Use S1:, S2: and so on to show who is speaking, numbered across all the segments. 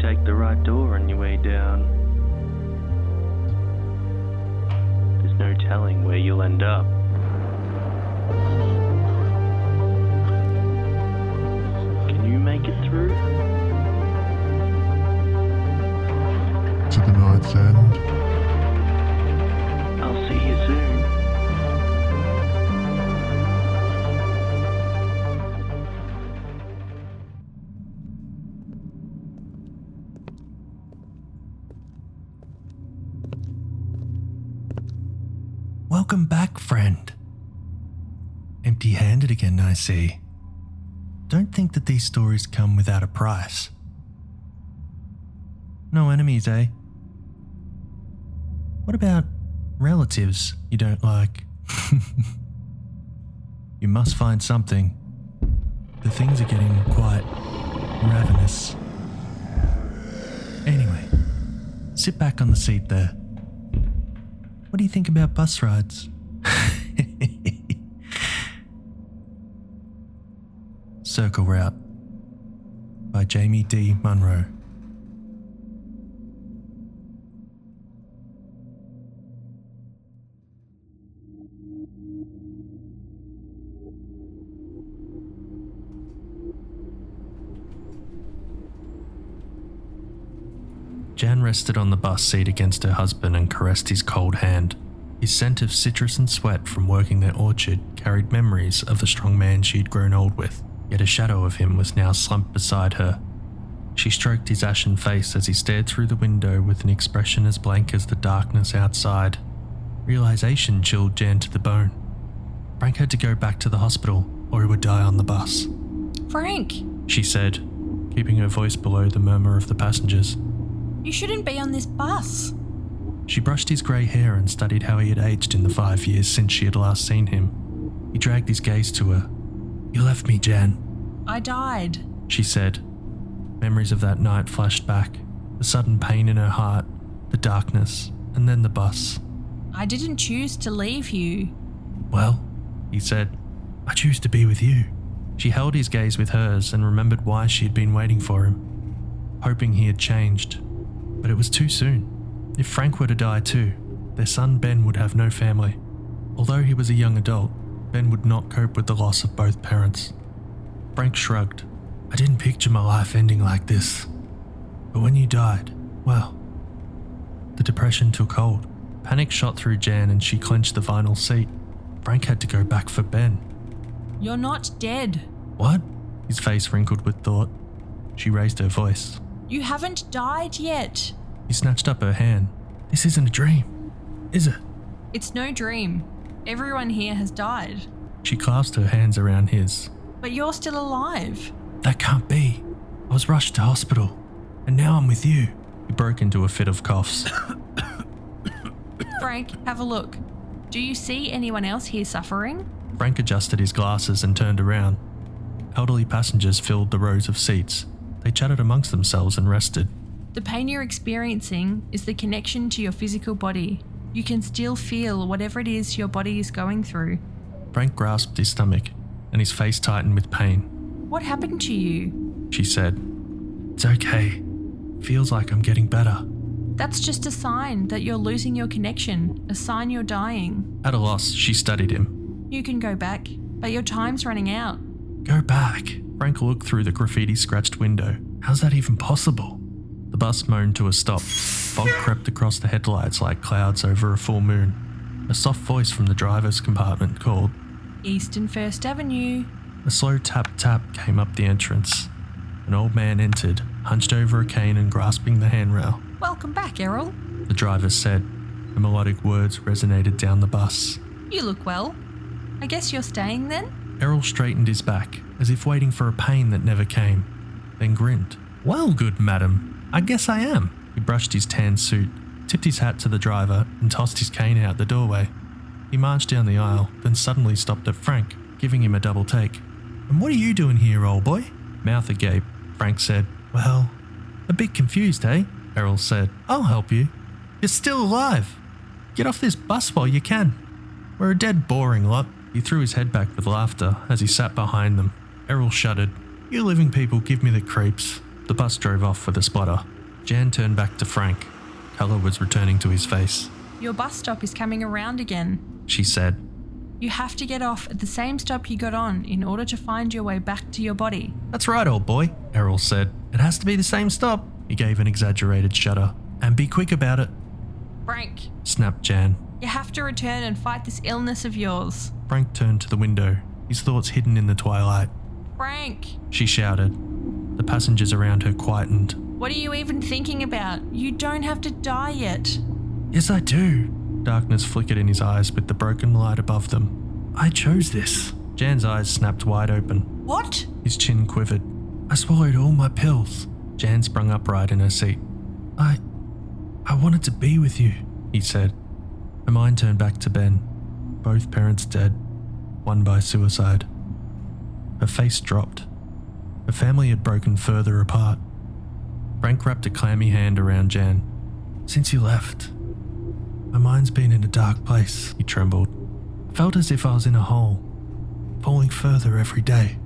S1: take the right door on your way down. There's no telling where you'll end up. Can you make it through?
S2: to the night's end.
S1: I'll see you soon.
S3: Welcome back, friend. Empty handed again, I see. Don't think that these stories come without a price. No enemies, eh? What about relatives you don't like? you must find something. The things are getting quite ravenous. Anyway, sit back on the seat there. What do you think about bus rides? Circle Route by Jamie D. Munro. Jan rested on the bus seat against her husband and caressed his cold hand. His scent of citrus and sweat from working their orchard carried memories of the strong man she had grown old with, yet a shadow of him was now slumped beside her. She stroked his ashen face as he stared through the window with an expression as blank as the darkness outside. Realization chilled Jan to the bone. Frank had to go back to the hospital, or he would die on the bus,
S4: Frank,
S3: she said, keeping her voice below the murmur of the passengers.
S4: you shouldn't be on this bus.
S3: She brushed his grey hair and studied how he had aged in the five years since she had last seen him. He dragged his gaze to her. You left me, Jan,
S4: I died.
S3: she said. Memories of that night flashed back the sudden pain in her heart, the darkness, and then the bus.
S4: I didn't choose to leave you.
S3: Well, he said, I choose to be with you. She held his gaze with hers and remembered why she had been waiting for him, hoping he had changed. But it was too soon. If Frank were to die too, their son Ben would have no family. Although he was a young adult, Ben would not cope with the loss of both parents. Frank shrugged. I didn't picture my life ending like this. But when you died, well, the depression took hold. Panic shot through Jan and she clenched the vinyl seat. Frank had to go back for Ben.
S4: You're not dead.
S3: What? His face wrinkled with thought. She raised her voice.
S4: You haven't died yet.
S3: He snatched up her hand. This isn't a dream, is it?
S4: It's no dream. Everyone here has died.
S3: She clasped her hands around his.
S4: But you're still alive.
S3: That can't be. I was rushed to hospital, and now I'm with you. He broke into a fit of coughs.
S4: Frank, have a look. Do you see anyone else here suffering?
S3: Frank adjusted his glasses and turned around. Elderly passengers filled the rows of seats. They chatted amongst themselves and rested.
S4: The pain you're experiencing is the connection to your physical body. You can still feel whatever it is your body is going through.
S3: Frank grasped his stomach, and his face tightened with pain.
S4: What happened to you?
S3: she said. It's okay. Feels like I'm getting better.
S4: That's just a sign that you're losing your connection, a sign you're dying.
S3: At a loss, she studied him.
S4: You can go back, but your time's running out.
S3: Go back. Frank looked through the graffiti scratched window. How's that even possible? The bus moaned to a stop. Fog crept across the headlights like clouds over a full moon. A soft voice from the driver's compartment called.
S4: Eastern First Avenue.
S3: A slow tap tap came up the entrance. An old man entered, hunched over a cane and grasping the handrail.
S4: Welcome back, Errol.
S3: The driver said. The melodic words resonated down the bus.
S4: You look well. I guess you're staying then?
S3: Errol straightened his back, as if waiting for a pain that never came, then grinned. Well, good madam, I guess I am. He brushed his tan suit, tipped his hat to the driver, and tossed his cane out the doorway. He marched down the aisle, then suddenly stopped at Frank, giving him a double take. And what are you doing here, old boy? Mouth agape, Frank said. Well, a bit confused, eh? Errol said. I'll help you. You're still alive. Get off this bus while you can. We're a dead boring lot. He threw his head back with laughter as he sat behind them. Errol shuddered. You living people give me the creeps. The bus drove off with a sputter. Jan turned back to Frank. Colour was returning to his face.
S4: Your bus stop is coming around again.
S3: She said,
S4: You have to get off at the same stop you got on in order to find your way back to your body.
S3: That's right, old boy, Errol said. It has to be the same stop. He gave an exaggerated shudder. And be quick about it,
S4: Frank,
S3: snapped Jan.
S4: you have to return and fight this illness of yours.
S3: Frank turned to the window, his thoughts hidden in the twilight.
S4: Frank,
S3: She shouted. The passengers around her quietened.
S4: what are you even thinking about? You don't have to die yet.
S3: Yes, I do. Darkness flickered in his eyes with the broken light above them. I chose this. Jan's eyes snapped wide open.
S4: What?
S3: His chin quivered. I swallowed all my pills. Jan sprung upright in her seat. I. I wanted to be with you, he said. Her mind turned back to Ben. Both parents dead, one by suicide. Her face dropped. Her family had broken further apart. Frank wrapped a clammy hand around Jan. Since you left, my mind's been in a dark place, he trembled. Felt as if I was in a hole, falling further every day.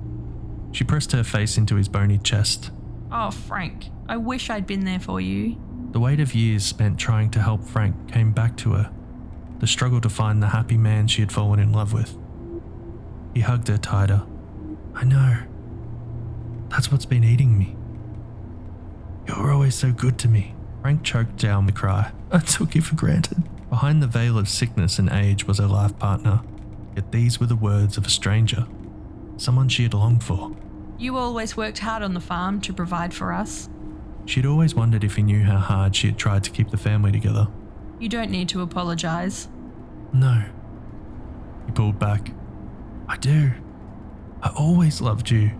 S3: She pressed her face into his bony chest.
S4: Oh, Frank, I wish I'd been there for you.
S3: The weight of years spent trying to help Frank came back to her, the struggle to find the happy man she had fallen in love with. He hugged her tighter. I know. That's what's been eating me. You were always so good to me. Frank choked down the cry. I took you for granted. Behind the veil of sickness and age was her life partner, yet these were the words of a stranger, someone she had longed for.
S4: You always worked hard on the farm to provide for us.
S3: She'd always wondered if he knew how hard she had tried to keep the family together.
S4: You don't need to apologize.
S3: No. He pulled back. I do. I always loved you.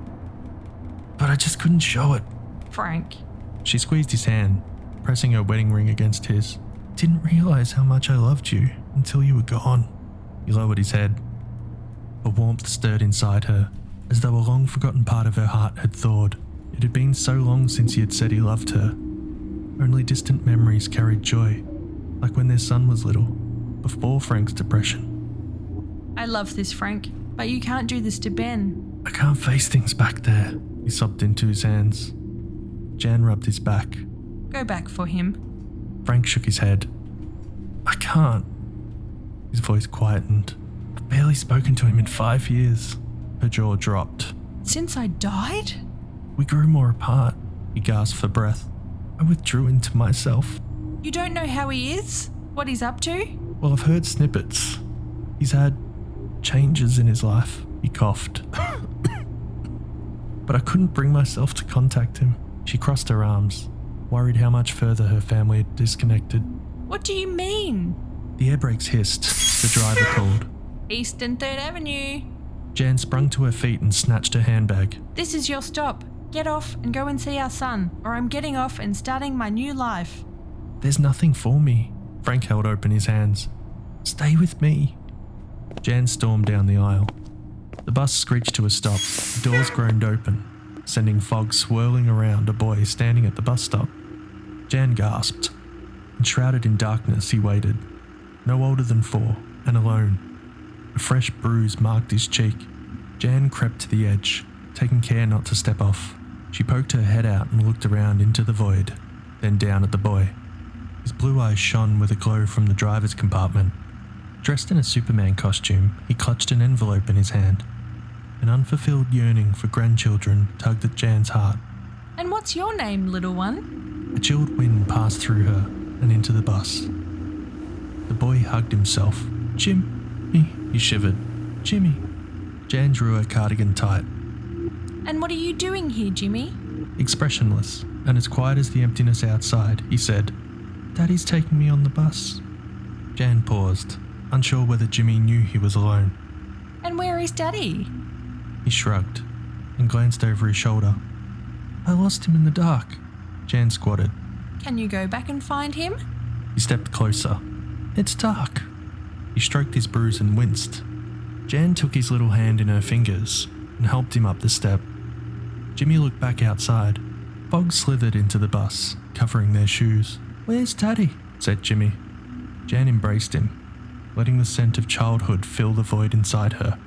S3: But I just couldn't show it.
S4: Frank,
S3: She squeezed his hand, pressing her wedding ring against his. Didn't realize how much I loved you until you were gone. He lowered his head. A warmth stirred inside her, as though a long forgotten part of her heart had thawed. It had been so long since he had said he loved her. Only distant memories carried joy, like when their son was little, before Frank's depression.
S4: I love this, Frank, but you can't do this to Ben.
S3: I can't face things back there, he sobbed into his hands. Jan rubbed his back,
S4: Go back for him.
S3: Frank shook his head. I can't. His voice quietened. I've barely spoken to him in five years. Her jaw dropped.
S4: Since I died?
S3: We grew more apart. He gasped for breath. I withdrew into myself.
S4: You don't know how he is? What he's up to?
S3: Well, I've heard snippets. He's had changes in his life. He coughed. but I couldn't bring myself to contact him. She crossed her arms, worried how much further her family had disconnected.
S4: What do you mean?
S3: The air brakes hissed. The driver called.
S4: Eastern 3rd Avenue.
S3: Jan sprung to her feet and snatched her handbag.
S4: This is your stop. Get off and go and see our son, or I'm getting off and starting my new life.
S3: There's nothing for me. Frank held open his hands. Stay with me. Jan stormed down the aisle. The bus screeched to a stop. The doors groaned open, sending fog swirling around a boy standing at the bus stop. Jan gasped. Enshrouded in darkness, he waited. No older than four, and alone. A fresh bruise marked his cheek. Jan crept to the edge, taking care not to step off. She poked her head out and looked around into the void, then down at the boy. His blue eyes shone with a glow from the driver's compartment. Dressed in a Superman costume, he clutched an envelope in his hand. An unfulfilled yearning for grandchildren tugged at Jan's heart.
S4: And what's your name, little one?
S3: A chilled wind passed through her and into the bus. The boy hugged himself. Jimmy, he shivered. Jimmy. Jan drew her cardigan tight,
S4: And what are you doing here, Jimmy?
S3: expressionless, and as quiet as the emptiness outside, he said, Daddy's taking me on the bus. Jan paused, unsure whether Jimmy knew he was alone.
S4: And where is Daddy?
S3: He shrugged and glanced over his shoulder. I lost him in the dark. Jan squatted.
S4: Can you go back and find him?
S3: He stepped closer. It's dark. He stroked his bruise and winced. Jan took his little hand in her fingers and helped him up the step. Jimmy looked back outside. Fog slithered into the bus, covering their shoes. Where's Daddy? said Jimmy. Jan embraced him, letting the scent of childhood fill the void inside her.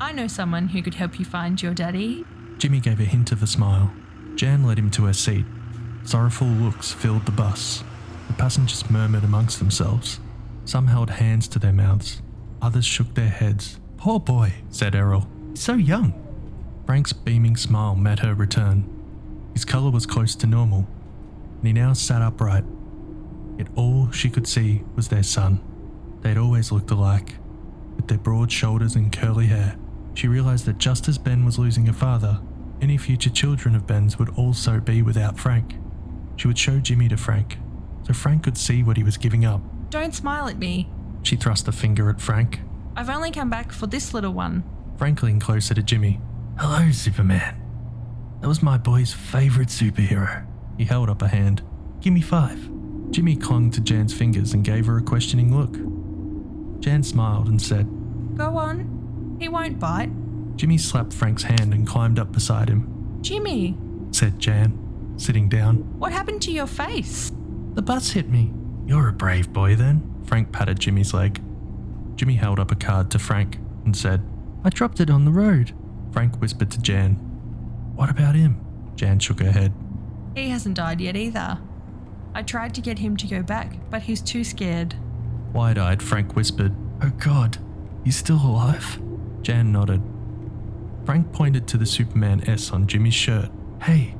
S4: I know someone who could help you find your daddy.
S3: Jimmy gave a hint of a smile. Jan led him to her seat. Sorrowful looks filled the bus. The passengers murmured amongst themselves. Some held hands to their mouths, others shook their heads. Poor boy, said Errol. He's so young. Frank's beaming smile met her return. His colour was close to normal, and he now sat upright. Yet all she could see was their son. They'd always looked alike, with their broad shoulders and curly hair. She realised that just as Ben was losing her father, any future children of Ben's would also be without Frank. She would show Jimmy to Frank, so Frank could see what he was giving up.
S4: Don't smile at me.
S3: She thrust a finger at Frank.
S4: I've only come back for this little one.
S3: Frank leaned closer to Jimmy. Hello, Superman. That was my boy's favourite superhero. He held up a hand. Give me five. Jimmy clung to Jan's fingers and gave her a questioning look. Jan smiled and said,
S4: Go on. He won't bite.
S3: Jimmy slapped Frank's hand and climbed up beside him,
S4: Jimmy,
S3: said Jan, sitting down.
S4: what happened to your face?
S3: The bus hit me. You're a brave boy then. Frank patted Jimmy's leg. Jimmy held up a card to Frank and said, I dropped it on the road. Frank whispered to Jan, What about him? Jan shook her head.
S4: He hasn't died yet either. I tried to get him to go back, but he's too scared.
S3: Wide eyed, Frank whispered, Oh God, he's still alive? Jan nodded. Frank pointed to the Superman S on Jimmy's shirt. Hey,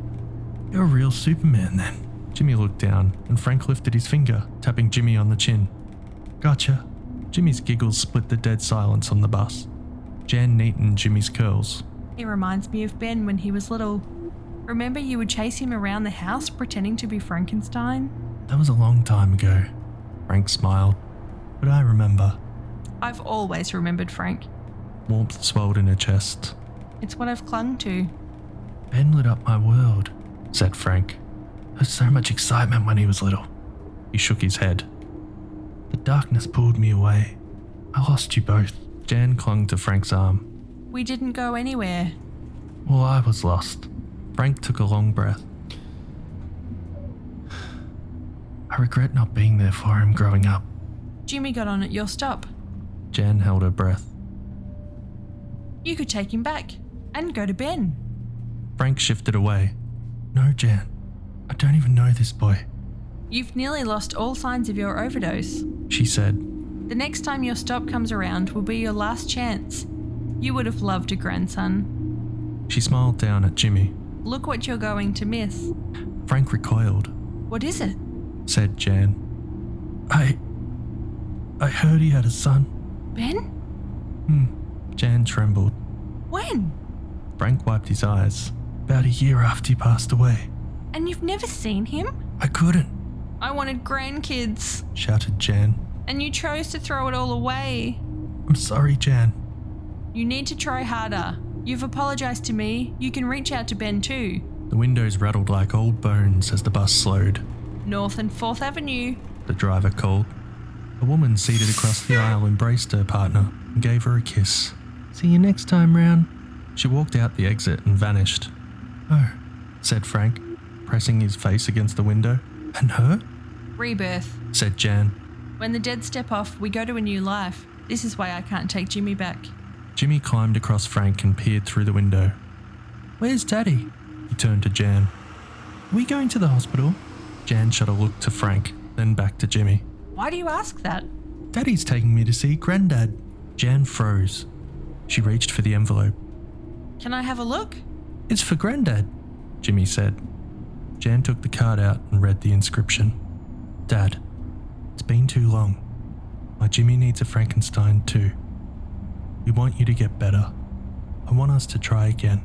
S3: you're a real Superman then. Jimmy looked down, and Frank lifted his finger, tapping Jimmy on the chin. Gotcha. Jimmy's giggles split the dead silence on the bus. Jan neatened Jimmy's curls.
S4: He reminds me of Ben when he was little. Remember, you would chase him around the house pretending to be Frankenstein?
S3: That was a long time ago. Frank smiled. But I remember.
S4: I've always remembered Frank.
S3: Warmth swelled in her chest.
S4: It's what I've clung to.
S3: Ben lit up my world, said Frank. There was so much excitement when he was little. He shook his head. The darkness pulled me away. I lost you both. Jan clung to Frank's arm.
S4: We didn't go anywhere.
S3: Well, I was lost. Frank took a long breath. I regret not being there for him growing up.
S4: Jimmy got on at your stop.
S3: Jan held her breath.
S4: You could take him back and go to Ben.
S3: Frank shifted away. No, Jan. I don't even know this boy,
S4: You've nearly lost all signs of your overdose.
S3: she said.
S4: The next time your stop comes around will be your last chance. You would have loved a grandson.
S3: She smiled down at Jimmy.
S4: Look what you're going to miss.
S3: Frank recoiled,
S4: What is it?
S3: said Jan. I. I heard he had a son.
S4: Ben?
S3: Hmm. Jan trembled.
S4: When?
S3: Frank wiped his eyes. About a year after he passed away.
S4: And you've never seen him?
S3: I couldn't,
S4: I wanted grandkids,
S3: shouted Jan.
S4: and you chose to throw it all away.
S3: I'm sorry, Jan.
S4: You need to try harder. You've apologized to me. You can reach out to Ben too.
S3: The windows rattled like old bones as the bus slowed.
S4: North and 4th Avenue.
S3: The driver called. A woman seated across the aisle embraced her partner and gave her a kiss. See you next time round. She walked out the exit and vanished. Oh, said Frank, pressing his face against the window. And her?
S4: Rebirth.
S3: said Jan.
S4: When the dead step off, we go to a new life. This is why I can't take Jimmy back.
S3: Jimmy climbed across Frank and peered through the window. Where's Daddy? He turned to Jan. Are we going to the hospital? Jan shot a look to Frank, then back to Jimmy.
S4: Why do you ask that?
S3: Daddy's taking me to see Grandad. Jan froze. She reached for the envelope.
S4: Can I have a look?
S3: It's for Grandad, Jimmy said. Jan took the card out and read the inscription Dad, it's been too long. My Jimmy needs a Frankenstein too. We want you to get better. I want us to try again.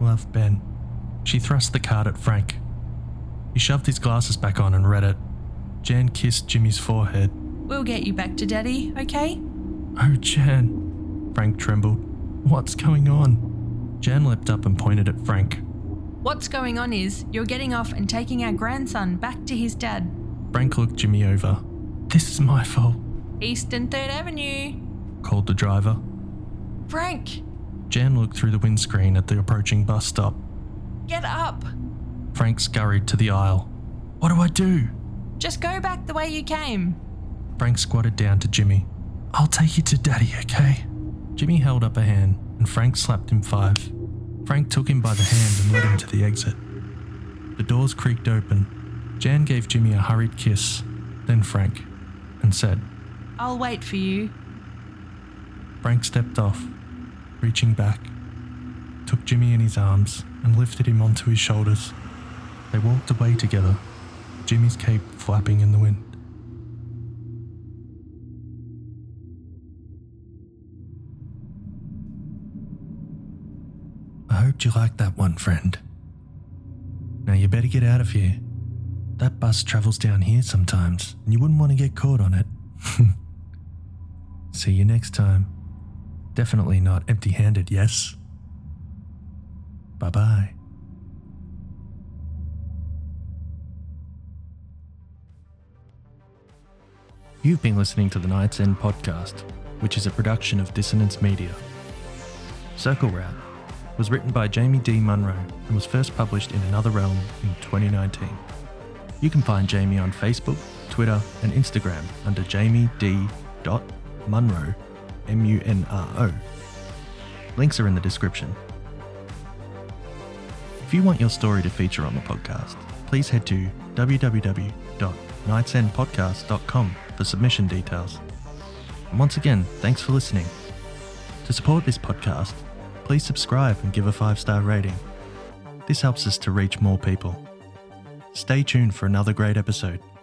S3: Love, Ben. She thrust the card at Frank. He shoved his glasses back on and read it. Jan kissed Jimmy's forehead.
S4: We'll get you back to Daddy, okay?
S3: Oh, Jan. Frank trembled. What's going on? Jan leapt up and pointed at Frank.
S4: What's going on is you're getting off and taking our grandson back to his dad.
S3: Frank looked Jimmy over. This is my fault,
S4: East and 3rd Avenue.
S3: called the driver.
S4: Frank,
S3: Jan looked through the windscreen at the approaching bus stop.
S4: get up.
S3: Frank scurried to the aisle. What do I do?
S4: Just go back the way you came.
S3: Frank squatted down to Jimmy. I'll take you to Daddy, okay? Jimmy held up a hand, and Frank slapped him five. Frank took him by the hand and led him to the exit. The doors creaked open. Jan gave Jimmy a hurried kiss, then Frank, and said,
S4: I'll wait for you.
S3: Frank stepped off, reaching back, took Jimmy in his arms, and lifted him onto his shoulders. They walked away together, Jimmy's cape flapping in the wind. I hoped you liked that one, friend. Now you better get out of here. That bus travels down here sometimes, and you wouldn't want to get caught on it. See you next time. Definitely not empty handed, yes? Bye bye. You've been listening to the Night's End podcast, which is a production of Dissonance Media. Circle Route was written by Jamie D. Munro and was first published in Another Realm in 2019. You can find Jamie on Facebook, Twitter, and Instagram under Jamie D. Munro, M U N R O. Links are in the description. If you want your story to feature on the podcast, please head to www.nightsendpodcast.com for submission details. And once again, thanks for listening. To support this podcast, please subscribe and give a five star rating. This helps us to reach more people. Stay tuned for another great episode.